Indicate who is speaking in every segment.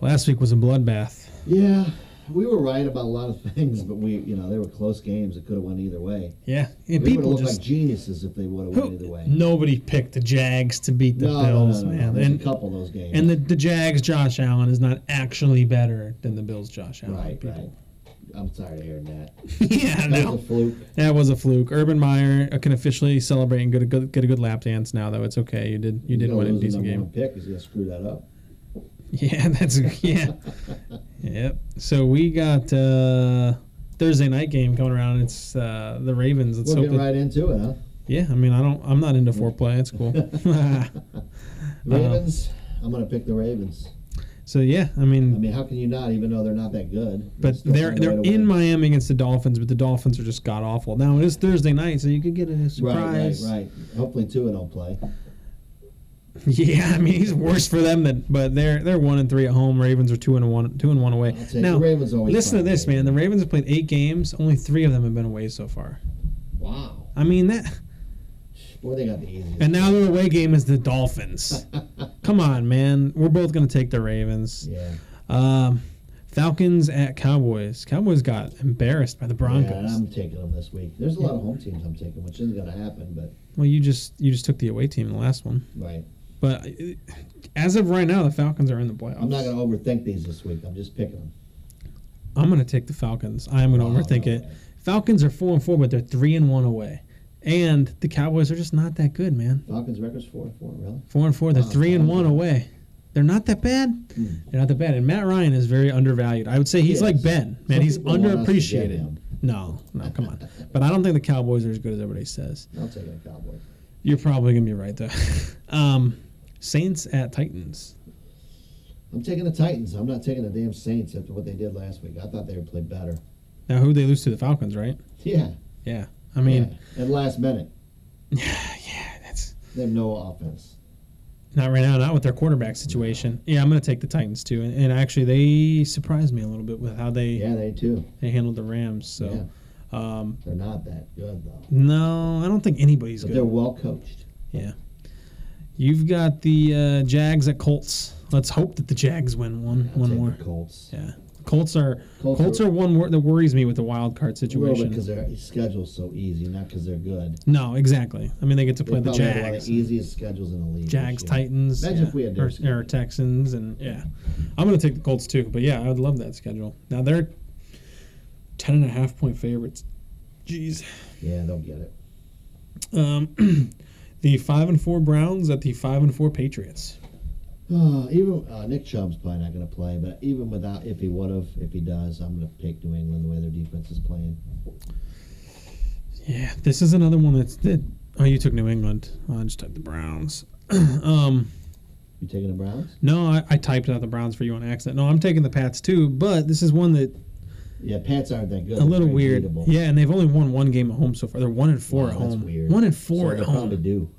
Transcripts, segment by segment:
Speaker 1: Last week was a bloodbath.
Speaker 2: Yeah, we were right about a lot of things, but we, you know, they were close games. It could have went either way.
Speaker 1: Yeah, and
Speaker 2: We would have
Speaker 1: people
Speaker 2: looked
Speaker 1: just
Speaker 2: like geniuses if they would have
Speaker 1: who-
Speaker 2: went either way.
Speaker 1: nobody picked the Jags to beat the
Speaker 2: No, no, no,
Speaker 1: Bills,
Speaker 2: no, no.
Speaker 1: man.
Speaker 2: There's a
Speaker 1: And
Speaker 2: couple of those games.
Speaker 1: and the, the Jags Josh Allen is not actually better than the Bills Josh Allen.
Speaker 2: right, right.
Speaker 1: Oh, people.
Speaker 2: I'm tired of hearing that.
Speaker 1: yeah, I
Speaker 2: That
Speaker 1: know.
Speaker 2: was a fluke.
Speaker 1: That was a fluke. Urban Meyer uh, can officially celebrate and get a good get a good lap dance now, though. It's okay. You did you did
Speaker 2: He's
Speaker 1: win
Speaker 2: gonna
Speaker 1: a
Speaker 2: lose the
Speaker 1: decent
Speaker 2: number
Speaker 1: game.
Speaker 2: One pick is gonna screw that up.
Speaker 1: Yeah, that's yeah. yep. So we got uh Thursday night game coming around. It's uh the Ravens. Let's
Speaker 2: We'll
Speaker 1: hope
Speaker 2: get
Speaker 1: that,
Speaker 2: right into it, huh?
Speaker 1: Yeah, I mean I don't I'm not into foreplay. It's cool. Uh-huh.
Speaker 2: Ravens. I'm gonna pick the Ravens.
Speaker 1: so yeah, I mean,
Speaker 2: I mean, how can you not? Even though they're not that good,
Speaker 1: but
Speaker 2: still
Speaker 1: they're
Speaker 2: find a
Speaker 1: they're
Speaker 2: way to
Speaker 1: in
Speaker 2: win.
Speaker 1: Miami against the Dolphins, but the Dolphins are just god awful. Now it is Thursday night, so you could get a
Speaker 2: Right,
Speaker 1: surprise.
Speaker 2: right, right. Hopefully, Tua don't play.
Speaker 1: Yeah, I mean he's worse for them than but they're they're one and three at home. Ravens are two and one two and one away.
Speaker 2: I'll take
Speaker 1: Now
Speaker 2: the Ravens always.
Speaker 1: listen to
Speaker 2: find a
Speaker 1: this,
Speaker 2: way.
Speaker 1: man. The Ravens have played eight games. Only three of them have been away so far.
Speaker 2: Wow,
Speaker 1: I mean that,
Speaker 2: boy, they got the easiest.
Speaker 1: and now their away game is the Dolphins. Come on, man. We're both gonna take the Ravens.
Speaker 2: yeah,
Speaker 1: Um, Falcons at Cowboys. Cowboys got embarrassed by the Broncos.
Speaker 2: Yeah, and I'm taking them this week. There's a lot of home teams I'm taking, which isn't gonna happen. But
Speaker 1: well, you just you just took the away team in the last one,
Speaker 2: right,
Speaker 1: but uh, as of right now, the Falcons are in the playoffs.
Speaker 2: I'm not gonna overthink these this week. I'm just picking them.
Speaker 1: I'm gonna take the Falcons. I am gonna
Speaker 2: Oh,
Speaker 1: overthink
Speaker 2: no
Speaker 1: it.
Speaker 2: way.
Speaker 1: Falcons are four and four, but they're three and one away, and the Cowboys are just not that good, man.
Speaker 2: Falcons records four and four, really?
Speaker 1: Four and four. They're
Speaker 2: Wow,
Speaker 1: three and
Speaker 2: that's
Speaker 1: one
Speaker 2: good.
Speaker 1: away. They're not that bad.
Speaker 2: Hmm.
Speaker 1: They're not that bad. And Matt Ryan is very undervalued. I would say he's
Speaker 2: Yes.
Speaker 1: like Ben. Man,
Speaker 2: Some
Speaker 1: he's
Speaker 2: people want us to get
Speaker 1: underappreciated.
Speaker 2: him.
Speaker 1: No, no, come on. But I don't think the Cowboys are as good as everybody says.
Speaker 2: I'll take the Cowboys.
Speaker 1: You're probably gonna be right though. um, Saints at Titans.
Speaker 2: I'm taking the Titans. I'm not taking the damn Saints after what they did last week. I thought they would play better.
Speaker 1: Now who they lose to the Falcons, right?
Speaker 2: Yeah.
Speaker 1: Yeah. I mean,
Speaker 2: yeah. At last minute,
Speaker 1: yeah, yeah that's
Speaker 2: they have no offense.
Speaker 1: not right now. Not with their quarterback situation. Yeah, I'm gonna take the Titans too. And, and actually, they surprised me a little bit with how they
Speaker 2: Yeah, they too.
Speaker 1: they handled the Rams. So,
Speaker 2: Yeah.
Speaker 1: um,
Speaker 2: They're not that good though.
Speaker 1: No, I don't think anybody's
Speaker 2: But
Speaker 1: good.
Speaker 2: they're well coached.
Speaker 1: You've got the uh, Jags at Colts. Let's hope that the Jags win one
Speaker 2: I'll
Speaker 1: one
Speaker 2: take
Speaker 1: more.
Speaker 2: The Colts.
Speaker 1: Colts are
Speaker 2: Colts,
Speaker 1: Colts are one wor- that worries me with the wild card situation.
Speaker 2: because their schedule's so easy, not because they're good.
Speaker 1: No, exactly. I mean, they get to
Speaker 2: They
Speaker 1: play the
Speaker 2: probably have one of
Speaker 1: Jags,
Speaker 2: the easiest schedules in the league. this
Speaker 1: Jags,
Speaker 2: year.
Speaker 1: Titans,
Speaker 2: Imagine if we had
Speaker 1: or,
Speaker 2: their schedule.
Speaker 1: or Texans, and yeah, I'm gonna take the Colts too. But yeah, I would love that schedule. Now they're ten and a half point favorites. Jeez.
Speaker 2: Yeah, they'll get it.
Speaker 1: Um, the five and four Browns at the five and four Patriots.
Speaker 2: Uh, even uh, Nick Chubb's probably not going to play, but even without, if he would have, if he does, I'm going to pick New England the way their defense is playing.
Speaker 1: Yeah, this is another one that's that. Oh, you took New England. Oh, I just typed the Browns. um,
Speaker 2: You taking the Browns?
Speaker 1: no, I, I typed out the Browns for you on accident. No, I'm taking the Pats too. But this is one that
Speaker 2: Yeah, Pats aren't that good.
Speaker 1: a little
Speaker 2: They're
Speaker 1: weird.
Speaker 2: beatable.
Speaker 1: Yeah, and they've only won one game at home so far. They're one and four
Speaker 2: Wow,
Speaker 1: at
Speaker 2: that's
Speaker 1: home.
Speaker 2: weird.
Speaker 1: One and
Speaker 2: So
Speaker 1: four
Speaker 2: they
Speaker 1: at
Speaker 2: probably
Speaker 1: home.
Speaker 2: do.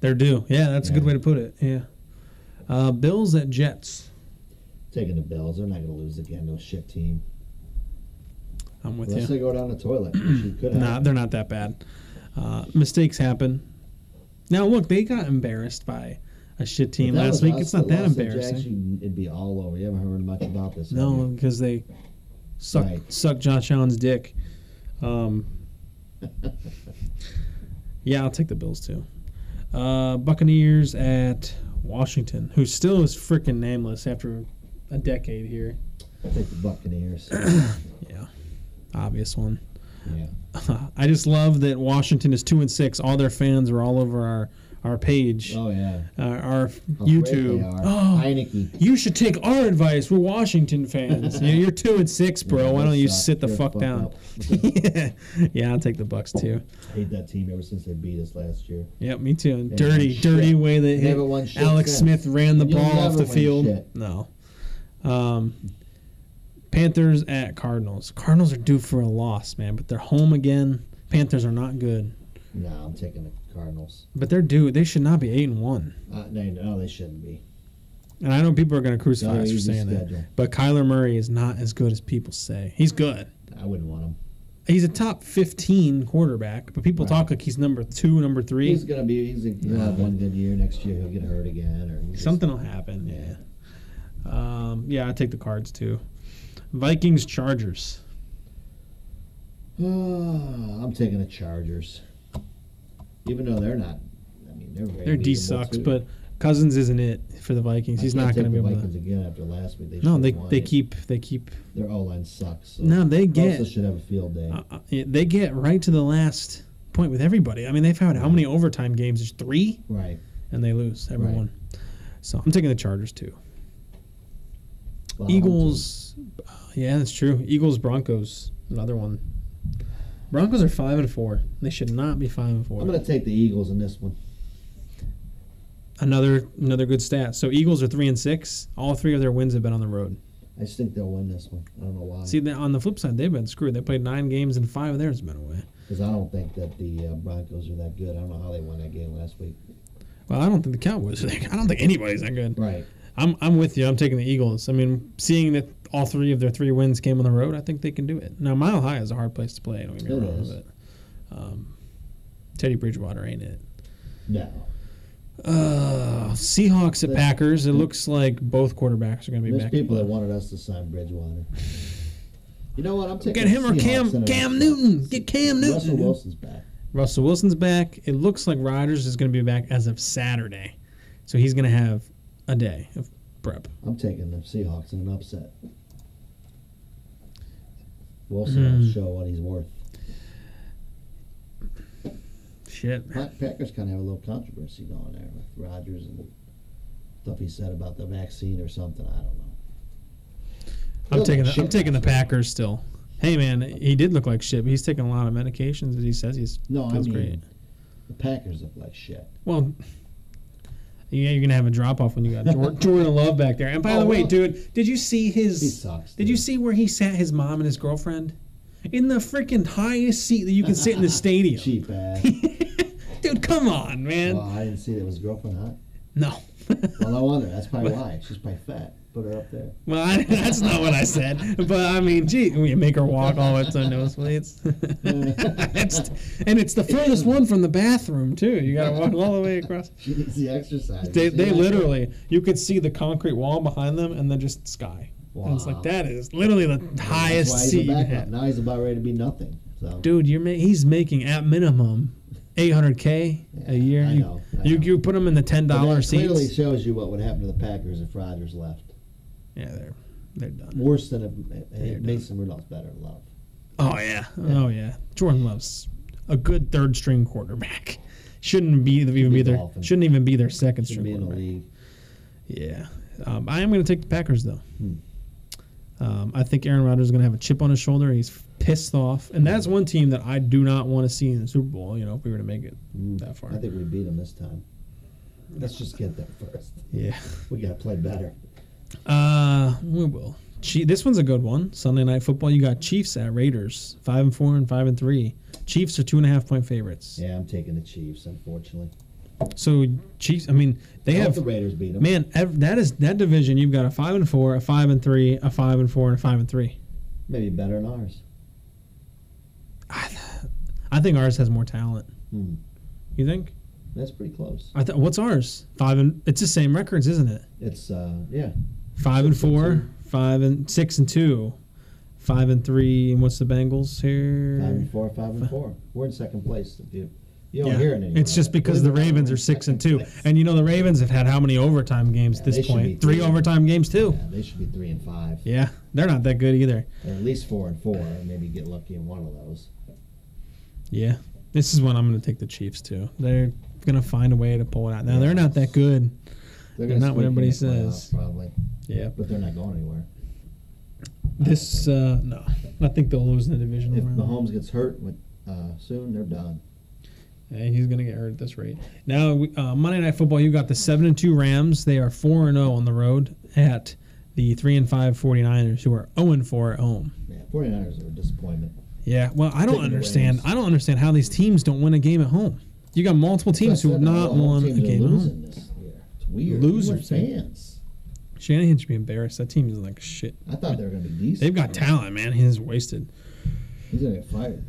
Speaker 1: They're due. Yeah, that's a good
Speaker 2: Yeah.
Speaker 1: way to put it. Yeah. Uh, Bills at Jets.
Speaker 2: Taking the Bills, they're not going to lose again to a shit team.
Speaker 1: I'm with
Speaker 2: Unless
Speaker 1: you.
Speaker 2: they go down the toilet, which you could have.
Speaker 1: Nah, they're not that bad. Uh, mistakes happen. Now look, they got embarrassed by a shit
Speaker 2: If
Speaker 1: team
Speaker 2: that
Speaker 1: last
Speaker 2: was
Speaker 1: week.
Speaker 2: us
Speaker 1: It's not that
Speaker 2: lost to
Speaker 1: embarrassing.
Speaker 2: Jags, you- it'd be all over. You haven't heard much about this. have
Speaker 1: No,
Speaker 2: you?
Speaker 1: because they suck
Speaker 2: Right.
Speaker 1: suck Josh Allen's dick. Um, yeah, I'll take the Bills too. Uh, Buccaneers at Washington, who still is freaking nameless after a decade here.
Speaker 2: I'll take the Buccaneers.
Speaker 1: Obvious one.
Speaker 2: yeah.
Speaker 1: I just love that Washington is two and six. All their fans are all over our our page,
Speaker 2: Oh yeah.
Speaker 1: uh, our
Speaker 2: How great
Speaker 1: YouTube.
Speaker 2: They are.
Speaker 1: Oh,
Speaker 2: Heineke.
Speaker 1: you should take our advice. We're Washington fans. You- You're two and six, bro.
Speaker 2: Yeah,
Speaker 1: Why
Speaker 2: they
Speaker 1: don't you
Speaker 2: suck.
Speaker 1: sit the
Speaker 2: They're
Speaker 1: fuck
Speaker 2: fucked
Speaker 1: down?
Speaker 2: up.
Speaker 1: yeah. yeah, I'll take the Bucks too.
Speaker 2: Hate that team ever since they beat us last year.
Speaker 1: Yep, me too. And
Speaker 2: They
Speaker 1: dirty,
Speaker 2: haven't won
Speaker 1: dirty
Speaker 2: shit.
Speaker 1: way that
Speaker 2: They
Speaker 1: hit.
Speaker 2: haven't won shit
Speaker 1: Alex
Speaker 2: since.
Speaker 1: Smith ran the
Speaker 2: And you'll
Speaker 1: ball off the
Speaker 2: never win
Speaker 1: field.
Speaker 2: shit.
Speaker 1: No. Um, Panthers at Cardinals. Cardinals are due for a loss, man, but they're home again. Panthers are not good,
Speaker 2: No, I'm taking the Cardinals.
Speaker 1: but they're due. They should not be eight and one.
Speaker 2: Uh, no, no, they shouldn't be.
Speaker 1: And I know people are going to crucify
Speaker 2: Not
Speaker 1: us for
Speaker 2: easy
Speaker 1: saying
Speaker 2: schedule.
Speaker 1: that, but Kyler Murray is not as good as people say. He's good.
Speaker 2: I wouldn't want them.
Speaker 1: He's a top 15 quarterback, but people
Speaker 2: Right.
Speaker 1: talk like he's number two, number three.
Speaker 2: He's gonna be. He's gonna have one good year. Next year he'll get hurt again or he's just-
Speaker 1: Something will happen. Yeah. Um, yeah, I take the Cards too. Vikings Chargers.
Speaker 2: Ah, I'm taking the Chargers. Even though they're not, I mean, they're very
Speaker 1: Their D
Speaker 2: beatable,
Speaker 1: sucks,
Speaker 2: too.
Speaker 1: but Cousins isn't it for the Vikings.
Speaker 2: I
Speaker 1: He's
Speaker 2: can't
Speaker 1: not
Speaker 2: take
Speaker 1: going to be
Speaker 2: the
Speaker 1: able
Speaker 2: Vikings
Speaker 1: to.
Speaker 2: again after last week. They
Speaker 1: No,
Speaker 2: should've
Speaker 1: they
Speaker 2: won
Speaker 1: they
Speaker 2: it.
Speaker 1: keep they keep.
Speaker 2: their O line sucks. So
Speaker 1: No, they get
Speaker 2: Tulsa should have a field day.
Speaker 1: uh, uh, they get right to the last point with everybody. I mean, they've had how many overtime games? There's three,
Speaker 2: right.
Speaker 1: and they lose every
Speaker 2: Right.
Speaker 1: one. So I'm taking the Chargers too.
Speaker 2: Well,
Speaker 1: Eagles, uh, yeah, that's true. Eagles Broncos, another one. Broncos are five and four. They should not be five and
Speaker 2: I'm
Speaker 1: 4
Speaker 2: gonna- I'm going to take the Eagles in this one.
Speaker 1: another another good stat. So Eagles are three and six. All three of their wins have been on the road.
Speaker 2: I just think they'll win this one. I don't know why.
Speaker 1: See, then on the flip side, they've been screwed. They played nine games and five of theirs have been away.
Speaker 2: Because I don't think that the uh, Broncos are that good. I don't know how they won that game last week.
Speaker 1: Well, I don't think the Cowboys. Are that, I don't think anybody's that good.
Speaker 2: Right.
Speaker 1: I'm I'm with you. I'm taking the Eagles. I mean, seeing that all three of their three wins came on the road, I think they can do it. Now, Mile High is a hard place to play. Don't get me
Speaker 2: It
Speaker 1: wrong,
Speaker 2: is.
Speaker 1: but um, Teddy Bridgewater ain't it.
Speaker 2: No.
Speaker 1: Uh, Seahawks at
Speaker 2: The-
Speaker 1: Packers. It looks like both quarterbacks are going to be
Speaker 2: There's
Speaker 1: back.
Speaker 2: people that wanted us to sign Bridgewater. You know what? I'm taking
Speaker 1: Get him
Speaker 2: the
Speaker 1: or
Speaker 2: Seahawks
Speaker 1: Cam-
Speaker 2: in an
Speaker 1: Cam
Speaker 2: upset.
Speaker 1: Newton. Get Cam Newton,
Speaker 2: Russell
Speaker 1: dude.
Speaker 2: Wilson's back.
Speaker 1: Russell Wilson's back. It looks like Rodgers is going to be back as of Saturday, so he's going to have a day of prep.
Speaker 2: I'm taking the Seahawks in an upset. Wilson
Speaker 1: Hmm.
Speaker 2: will show what he's worth.
Speaker 1: Shit.
Speaker 2: Pack- Packers kind of have a little controversy going there with Rodgers and stuff he said about the vaccine or something. I don't know.
Speaker 1: I'm
Speaker 2: Look
Speaker 1: taking the,
Speaker 2: like
Speaker 1: I'm
Speaker 2: shit
Speaker 1: taking the
Speaker 2: last week.
Speaker 1: Packers still. Hey man, he did look like shit, but he's taking a lot of medications as he says he's
Speaker 2: No,
Speaker 1: feels
Speaker 2: I mean
Speaker 1: great.
Speaker 2: the Packers look like shit.
Speaker 1: Well, yeah, you're gonna have a drop off when you got Jor- Jordan Love back there. And by
Speaker 2: Oh,
Speaker 1: the way,
Speaker 2: well.
Speaker 1: dude, did you see his?
Speaker 2: He sucks,
Speaker 1: Did you
Speaker 2: dude.
Speaker 1: see where he sat his mom and his girlfriend in the freaking highest seat that you can sit in the stadium?
Speaker 2: Cheap ass.
Speaker 1: dude, come on, man.
Speaker 2: well, I didn't see that was girlfriend hot.
Speaker 1: No.
Speaker 2: Well, no wonder. That's probably why. She's probably fat. Put her up there.
Speaker 1: well, I, that's not what I said. But I mean, gee, we make her walk all the way to the nosebleeds. it's, and it's the furthest one from the bathroom too. You gotta walk all the way across.
Speaker 2: She needs the exercise.
Speaker 1: They,
Speaker 2: You see
Speaker 1: they
Speaker 2: that?
Speaker 1: literally, you could see the concrete wall behind them and then just sky. And it's like,
Speaker 2: Wow.
Speaker 1: that is literally the
Speaker 2: That's
Speaker 1: highest
Speaker 2: why he's
Speaker 1: seat
Speaker 2: a
Speaker 1: you can
Speaker 2: backup.
Speaker 1: have.
Speaker 2: Now he's about ready to be nothing. So
Speaker 1: Dude, you're ma- he's making at minimum 800K
Speaker 2: Yeah,
Speaker 1: a year.
Speaker 2: I
Speaker 1: you,
Speaker 2: know, I
Speaker 1: you,
Speaker 2: know.
Speaker 1: you put him in the
Speaker 2: But
Speaker 1: $10
Speaker 2: that clearly
Speaker 1: seats.
Speaker 2: shows you what would happen to the Packers if Rodgers left.
Speaker 1: Yeah, they're, they're done.
Speaker 2: Worse than if,
Speaker 1: They're
Speaker 2: if
Speaker 1: done.
Speaker 2: Mason Rudolph's better than Love.
Speaker 1: Oh, yeah. Oh, yeah. Jordan Love's a good third string quarterback. Shouldn't be even be their
Speaker 2: Dolphins.
Speaker 1: shouldn't even be their second
Speaker 2: Should
Speaker 1: string
Speaker 2: be in the
Speaker 1: quarterback.
Speaker 2: league.
Speaker 1: Yeah. Um, I am going to take the Packers, though.
Speaker 2: Hmm.
Speaker 1: Um, I think Aaron Rodgers is going to have a chip on his shoulder. He's pissed off. And that's one team that I do not want to see in the Super Bowl, you know, if we were to make it
Speaker 2: Mm.
Speaker 1: that far.
Speaker 2: I think we beat him this time. Let's just get there first.
Speaker 1: yeah.
Speaker 2: We gotta play better.
Speaker 1: Uh, we will. Che- this one's a good one. Sunday night football. You got Chiefs at Raiders, five and four and five and three. Chiefs are two and a half point favorites.
Speaker 2: Yeah, I'm taking the Chiefs. Unfortunately,
Speaker 1: So Chiefs. I mean, they
Speaker 2: I hope
Speaker 1: have
Speaker 2: the Raiders beat them.
Speaker 1: man. Ev- that is that division. You've got a five and four, a five and three, a five and four, and a five and three.
Speaker 2: Maybe better than ours.
Speaker 1: I, I think ours has more talent.
Speaker 2: Hmm.
Speaker 1: You think?
Speaker 2: That's pretty close.
Speaker 1: I th- what's ours? Five and it's the same records, isn't it?
Speaker 2: It's uh, yeah,
Speaker 1: Five and
Speaker 2: Six and
Speaker 1: four,
Speaker 2: two.
Speaker 1: five and six and two, five and three. And what's the Bengals here?
Speaker 2: five and four, five and four. We're in second place. If you you don't
Speaker 1: Yeah.
Speaker 2: hear it anymore.
Speaker 1: It's just because the Ravens are six and two, and you know the Ravens have had how many overtime games at
Speaker 2: they
Speaker 1: this
Speaker 2: should be
Speaker 1: point? Three
Speaker 2: three.
Speaker 1: overtime games too.
Speaker 2: Yeah, they should be three and five,
Speaker 1: Yeah, they're not that good either.
Speaker 2: or at least four and four, and maybe get lucky in one of those.
Speaker 1: Yeah, this is when I'm going to take the Chiefs too. They're going to find a way to pull it out. Now
Speaker 2: Yeah.
Speaker 1: they're not that good.
Speaker 2: They're,
Speaker 1: They're
Speaker 2: gonna
Speaker 1: not what
Speaker 2: squeak in
Speaker 1: everybody
Speaker 2: the playoffs,
Speaker 1: says.
Speaker 2: probably,
Speaker 1: Yeah,
Speaker 2: but they're not going anywhere.
Speaker 1: this uh, no, I think they'll lose in the divisional
Speaker 2: If
Speaker 1: round.
Speaker 2: Mahomes gets hurt with, uh, soon, they're done.
Speaker 1: Yeah, he's going to get hurt at this rate. Now we- uh, Monday Night Football, you got the seven and two Rams. They are four and zero on the road at the three and five 49ers, who are zero and four at home.
Speaker 2: Yeah, 49ers are a disappointment.
Speaker 1: Yeah, well, I don't
Speaker 2: Taking the
Speaker 1: understand.
Speaker 2: Rams.
Speaker 1: I don't understand how these teams don't win a game at home. You got multiple teams who
Speaker 2: Plus,
Speaker 1: have
Speaker 2: that
Speaker 1: not
Speaker 2: whole
Speaker 1: won a
Speaker 2: teams are
Speaker 1: game at home.
Speaker 2: losing this year. It's weird.
Speaker 1: Losers, man.
Speaker 2: We're fans.
Speaker 1: Shanahan should be embarrassed. That team is like shit.
Speaker 2: I thought they were going to be decent.
Speaker 1: They've got talent, man. He's wasted.
Speaker 2: He's going to get fired.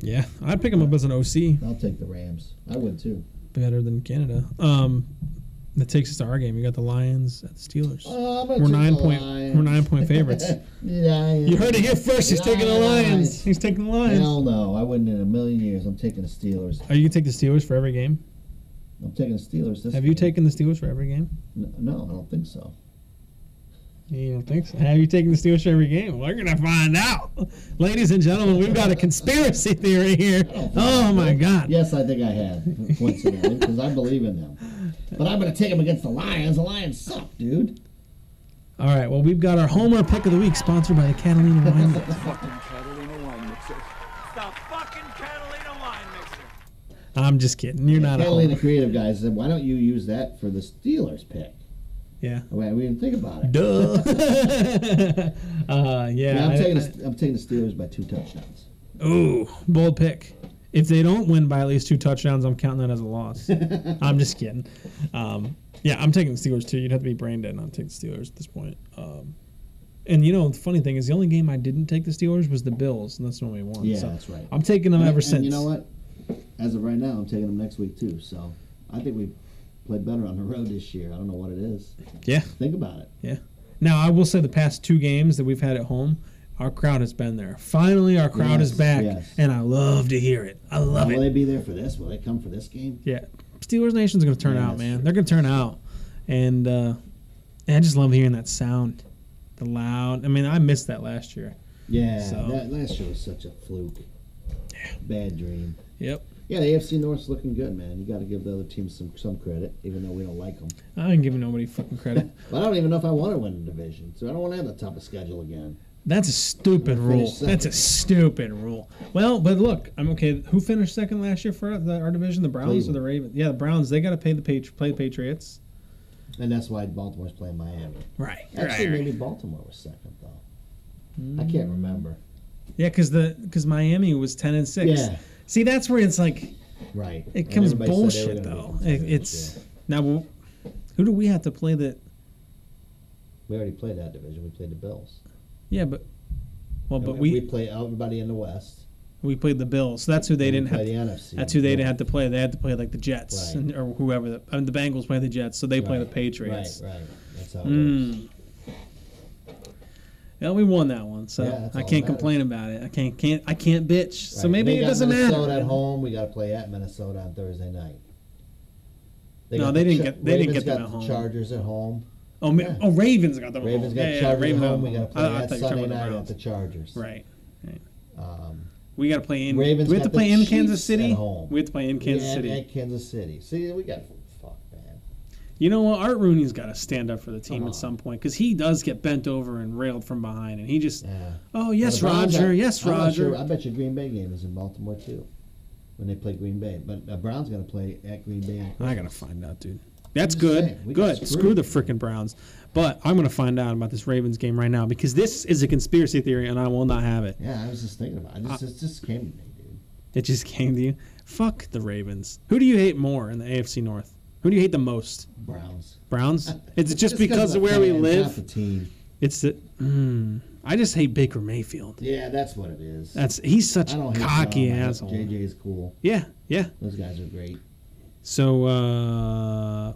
Speaker 1: Yeah, I'd pick him up as an OC.
Speaker 2: I'll take the Rams. I would too.
Speaker 1: Better than Canada. Um, That takes us to our game. You got the Lions at the Steelers.
Speaker 2: Uh, I'm gonna
Speaker 1: we're
Speaker 2: take the
Speaker 1: nine point.
Speaker 2: Lions.
Speaker 1: We're nine point favorites.
Speaker 2: Lions.
Speaker 1: you heard it here first. He's taking the Lions. He's taking the Lions.
Speaker 2: Hell no! I wouldn't in a million years. I'm taking the Steelers.
Speaker 1: Are Oh, you gonna take the Steelers for every game?
Speaker 2: I'm taking the Steelers. This
Speaker 1: Have you
Speaker 2: game.
Speaker 1: taken the Steelers for every game?
Speaker 2: N- No, I don't think so.
Speaker 1: You don't think so? Have you taken the Steelers for every game? We're gonna find out, ladies and gentlemen. We've got a conspiracy theory here.
Speaker 2: I don't think I
Speaker 1: Oh my
Speaker 2: have.
Speaker 1: God!
Speaker 2: Yes, I think I have coincidentally because I believe in them. But I'm gonna take them against the Lions. The Lions suck, dude.
Speaker 1: All right. Well, we've got our Homer pick of the week, sponsored by the Catalina Wine. Mix.
Speaker 3: fucking Catalina wine mixer.
Speaker 4: The fucking Catalina wine mixer.
Speaker 1: I'm just kidding. You're not a
Speaker 2: Catalina
Speaker 1: Homer.
Speaker 2: creative guys said, "Why don't you use that for the Steelers pick?"
Speaker 1: Yeah.
Speaker 2: I mean, we didn't think about it.
Speaker 1: Duh. uh, yeah.
Speaker 2: Yeah, I'm
Speaker 1: I-
Speaker 2: taking the, I'm taking the Steelers by two touchdowns.
Speaker 1: Ooh, bold pick. If they don't win by at least two touchdowns, I'm counting that as a loss. I'm just kidding. Um, yeah, I'm taking the Steelers too. You'd have to be brain dead not to take the Steelers at this point. Um, and you know, the funny thing is, the only game I didn't take the Steelers was the Bills, and that's when we won.
Speaker 2: Yeah,
Speaker 1: so
Speaker 2: that's right.
Speaker 1: I'm taking them
Speaker 2: And-
Speaker 1: ever
Speaker 2: and
Speaker 1: since.
Speaker 2: You know what? As of right now, I'm taking them next week too. So I think we played better on the road this year. I don't know what it is.
Speaker 1: Yeah,
Speaker 2: Think about it.
Speaker 1: yeah. Now I will say the past two games that we've had at home, our crowd has been there. Finally, our crowd is
Speaker 2: Yes,
Speaker 1: back,
Speaker 2: yes.
Speaker 1: and I love to hear it. I love it.
Speaker 2: Will they be there for this? Will they come for this game?
Speaker 1: Yeah, Steelers Nation's gonna turn
Speaker 2: Yeah,
Speaker 1: out,
Speaker 2: that's
Speaker 1: man.
Speaker 2: true.
Speaker 1: They're gonna turn out, and uh, and I just love hearing that sound, the loud. I mean, I missed that last year.
Speaker 2: Yeah,
Speaker 1: So-
Speaker 2: that last year was such a fluke. Bad dream.
Speaker 1: Yep,
Speaker 2: Yeah, the AFC North's looking good, man. You got to give the other teams some some credit, even though we don't like them.
Speaker 1: I ain't giving nobody fucking credit.
Speaker 2: But I don't even know if I want to win the division, so I don't want to have the top of schedule again.
Speaker 1: That's a stupid
Speaker 2: Who
Speaker 1: rule.
Speaker 2: finished second?
Speaker 1: That's a stupid rule. Well, but look, I'm okay. Who finished second last year for the, our division? The Browns or the Ravens? Yeah, the Browns. They got to pay the Patri- play the Patriots.
Speaker 2: And that's why Baltimore's playing Miami.
Speaker 1: Right. Hmm.
Speaker 2: Actually, maybe Baltimore was second though. I can't remember.
Speaker 1: Yeah, because the because Miami was ten and six.
Speaker 2: Yeah.
Speaker 1: See, that's where it's like.
Speaker 2: Right.
Speaker 1: It
Speaker 2: And
Speaker 1: comes
Speaker 2: everybody said they were
Speaker 1: bullshit
Speaker 2: gonna be
Speaker 1: though. It,
Speaker 2: competitive,
Speaker 1: it's
Speaker 2: yeah.
Speaker 1: now we'll- who do we have to play that?
Speaker 2: we already played that division. We played the Bills.
Speaker 1: Yeah, but well,
Speaker 2: And
Speaker 1: Oh, but
Speaker 2: we,
Speaker 1: we
Speaker 2: play everybody in the West.
Speaker 1: we played the Bills. So that's who they
Speaker 2: and we
Speaker 1: didn't have.
Speaker 2: play
Speaker 1: to-
Speaker 2: the NFC.
Speaker 1: that's who they
Speaker 2: Yeah.
Speaker 1: didn't have to play. They had to play like the Jets
Speaker 2: Right.
Speaker 1: and, or whoever. The, I mean, the Bengals play the Jets, so they play the Patriots.
Speaker 2: Right, right. That's how it works.
Speaker 1: Mm. Well, we won that one, so
Speaker 2: Yeah, that's
Speaker 1: I
Speaker 2: all
Speaker 1: can't
Speaker 2: that
Speaker 1: complain about it. I can't can't I can't bitch. So
Speaker 2: Right.
Speaker 1: maybe
Speaker 2: They
Speaker 1: it
Speaker 2: got
Speaker 1: doesn't
Speaker 2: Minnesota
Speaker 1: matter.
Speaker 2: at home. We got to play at Minnesota on Thursday night.
Speaker 1: No,
Speaker 2: got
Speaker 1: they
Speaker 2: the
Speaker 1: didn't
Speaker 2: Cha-
Speaker 1: get- they didn't
Speaker 2: Ravens
Speaker 1: get them
Speaker 2: got
Speaker 1: at
Speaker 2: the
Speaker 1: home.
Speaker 2: Chargers at home.
Speaker 1: Oh, ma-
Speaker 2: Yeah.
Speaker 1: oh, Ravens got the
Speaker 2: Ravens got
Speaker 1: yeah, yeah,
Speaker 2: Chargers
Speaker 1: Ravens
Speaker 2: at home. We got to play
Speaker 1: I, I
Speaker 2: at
Speaker 1: thought you were
Speaker 2: Sunday
Speaker 1: talking about
Speaker 2: night
Speaker 1: the
Speaker 2: at
Speaker 1: Browns.
Speaker 2: the Chargers.
Speaker 1: Right. right.
Speaker 2: Um,
Speaker 1: We got to play in.
Speaker 2: Ravens
Speaker 1: we have
Speaker 2: got
Speaker 1: to play
Speaker 2: the
Speaker 1: in
Speaker 2: Chiefs
Speaker 1: Kansas City.
Speaker 2: at home.
Speaker 1: We have to play in Kansas
Speaker 2: yeah,
Speaker 1: City.
Speaker 2: At Kansas City. See, we got fuck, man.
Speaker 1: You know what? Art Rooney's got to stand up for the team at
Speaker 2: Come on.
Speaker 1: some point because he does get bent over and railed from behind, and he just,
Speaker 2: Yeah.
Speaker 1: oh yes,
Speaker 2: Now, the Browns
Speaker 1: Roger,
Speaker 2: are-
Speaker 1: yes,
Speaker 2: I'm not
Speaker 1: Roger.
Speaker 2: sure- I bet your Green Bay game is in Baltimore too, when they play Green Bay. But uh, Brown's going to play at Green Bay. on
Speaker 1: I gotta
Speaker 2: Christmas.
Speaker 1: find out, dude. That's
Speaker 2: just
Speaker 1: good.
Speaker 2: saying, we got
Speaker 1: good. Screw
Speaker 2: screwed.
Speaker 1: the freaking Browns. But I'm gonna find out about this Ravens game right now because this is a conspiracy theory, and I will not have it.
Speaker 2: Yeah, I was just thinking about. it. I just, it just came to me, dude.
Speaker 1: It just came to you. Fuck the Ravens. Who do you hate more in the AFC North? Who do you hate the most?
Speaker 2: Browns.
Speaker 1: Browns? Is it just
Speaker 2: Just
Speaker 1: because of where we
Speaker 2: fans, Not
Speaker 1: live?
Speaker 2: the team.
Speaker 1: It's the. Mm, I just hate Baker Mayfield.
Speaker 2: Yeah, that's what it is.
Speaker 1: That's he's such
Speaker 2: I don't
Speaker 1: a
Speaker 2: hate
Speaker 1: cocky
Speaker 2: Tom. I-
Speaker 1: asshole.
Speaker 2: JJ's cool.
Speaker 1: Yeah, yeah.
Speaker 2: Those guys are great.
Speaker 1: So uh,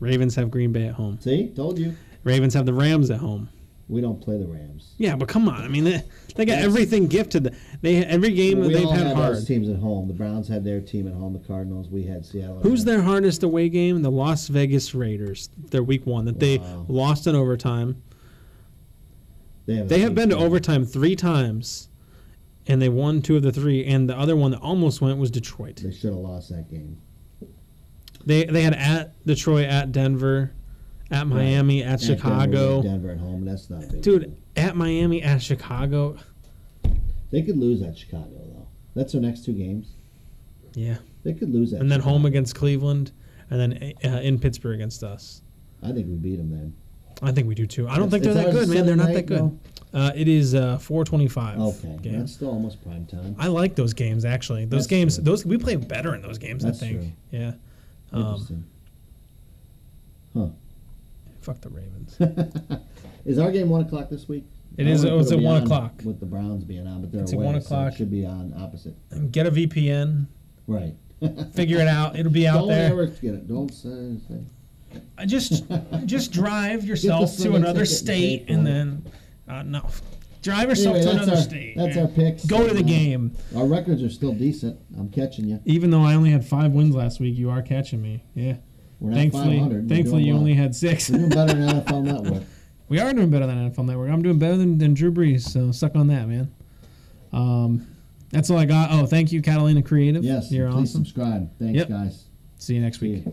Speaker 1: Ravens have Green Bay at home.
Speaker 2: See, told you.
Speaker 1: Ravens have the Rams at home.
Speaker 2: We don't play the Rams.
Speaker 1: Yeah, but come on. I mean, they, they got everything gifted. They every game
Speaker 2: we
Speaker 1: they've
Speaker 2: all
Speaker 1: had
Speaker 2: had
Speaker 1: hard.
Speaker 2: those teams at home. The Browns had their team at home. The Cardinals. We had Seattle. at
Speaker 1: Who's
Speaker 2: home.
Speaker 1: their hardest away game? The Las Vegas Raiders. Their week one that they
Speaker 2: Wow.
Speaker 1: lost in overtime.
Speaker 2: They have, a
Speaker 1: They have
Speaker 2: deep
Speaker 1: been to
Speaker 2: team.
Speaker 1: overtime three times, and they won two of the three. And the other one that almost went was Detroit.
Speaker 2: They should have lost that game.
Speaker 1: They they had at Detroit, at Denver, at Miami, at
Speaker 2: At Denver,
Speaker 1: Chicago.
Speaker 2: we had Denver at home. That's not big.
Speaker 1: Dude, at Miami, at Chicago.
Speaker 2: they could lose at Chicago though. That's their next two games.
Speaker 1: Yeah,
Speaker 2: They could lose at
Speaker 1: and then
Speaker 2: Chicago.
Speaker 1: home against Cleveland, and then uh, in Pittsburgh against us.
Speaker 2: I think we beat them then.
Speaker 1: I think we do too. I don't
Speaker 2: It's-
Speaker 1: think they're
Speaker 2: it's
Speaker 1: that
Speaker 2: ours
Speaker 1: good, man.
Speaker 2: Sunday
Speaker 1: They're not
Speaker 2: night,
Speaker 1: that good. Uh, it is uh, 425
Speaker 2: Okay, that's
Speaker 1: games.
Speaker 2: still almost prime time.
Speaker 1: I like those games actually. Those
Speaker 2: That's
Speaker 1: games,
Speaker 2: true.
Speaker 1: those we play better in those games.
Speaker 2: That's
Speaker 1: I think.
Speaker 2: true.
Speaker 1: Yeah. Um,
Speaker 2: Interesting.
Speaker 1: fuck the Ravens.
Speaker 2: Is our game one o'clock this week?
Speaker 1: It
Speaker 2: I
Speaker 1: is-
Speaker 2: don't know
Speaker 1: it was
Speaker 2: if
Speaker 1: at
Speaker 2: it'll be
Speaker 1: one
Speaker 2: on
Speaker 1: o'clock.
Speaker 2: With the Browns being on, but they're
Speaker 1: It's at
Speaker 2: away,
Speaker 1: one
Speaker 2: so
Speaker 1: o'clock.
Speaker 2: it should be on opposite.
Speaker 1: Get a VPN.
Speaker 2: Right.
Speaker 1: Figure it out. It'll be out
Speaker 2: Don't
Speaker 1: there.
Speaker 2: ever get it. Don't say anything.
Speaker 1: I just just drive yourself to
Speaker 2: Sunday
Speaker 1: another
Speaker 2: ticket and
Speaker 1: state
Speaker 2: pay for
Speaker 1: and
Speaker 2: it.
Speaker 1: then uh, no, drive yourself to
Speaker 2: Anyway, that's
Speaker 1: another
Speaker 2: our-
Speaker 1: state.
Speaker 2: that's
Speaker 1: man.
Speaker 2: our picks.
Speaker 1: Go to the
Speaker 2: Yeah.
Speaker 1: game.
Speaker 2: Our records are still decent. I'm catching you.
Speaker 1: Even though I only had five wins last week, you are catching me. Yeah.
Speaker 2: We're not
Speaker 1: Thankfully,
Speaker 2: 500. We're
Speaker 1: thankfully
Speaker 2: doing
Speaker 1: you
Speaker 2: well.
Speaker 1: only had six.
Speaker 2: We're doing better than NFL Network.
Speaker 1: we are doing better than NFL Network. I'm doing better than, than Drew Brees, so suck on that, man. Um, that's all I got. Oh, thank you, Catalina Creative.
Speaker 2: Yes.
Speaker 1: you're
Speaker 2: please
Speaker 1: awesome.
Speaker 2: subscribe. Thanks,
Speaker 1: Yep.
Speaker 2: guys.
Speaker 1: See you next
Speaker 2: See
Speaker 1: week.
Speaker 2: ya.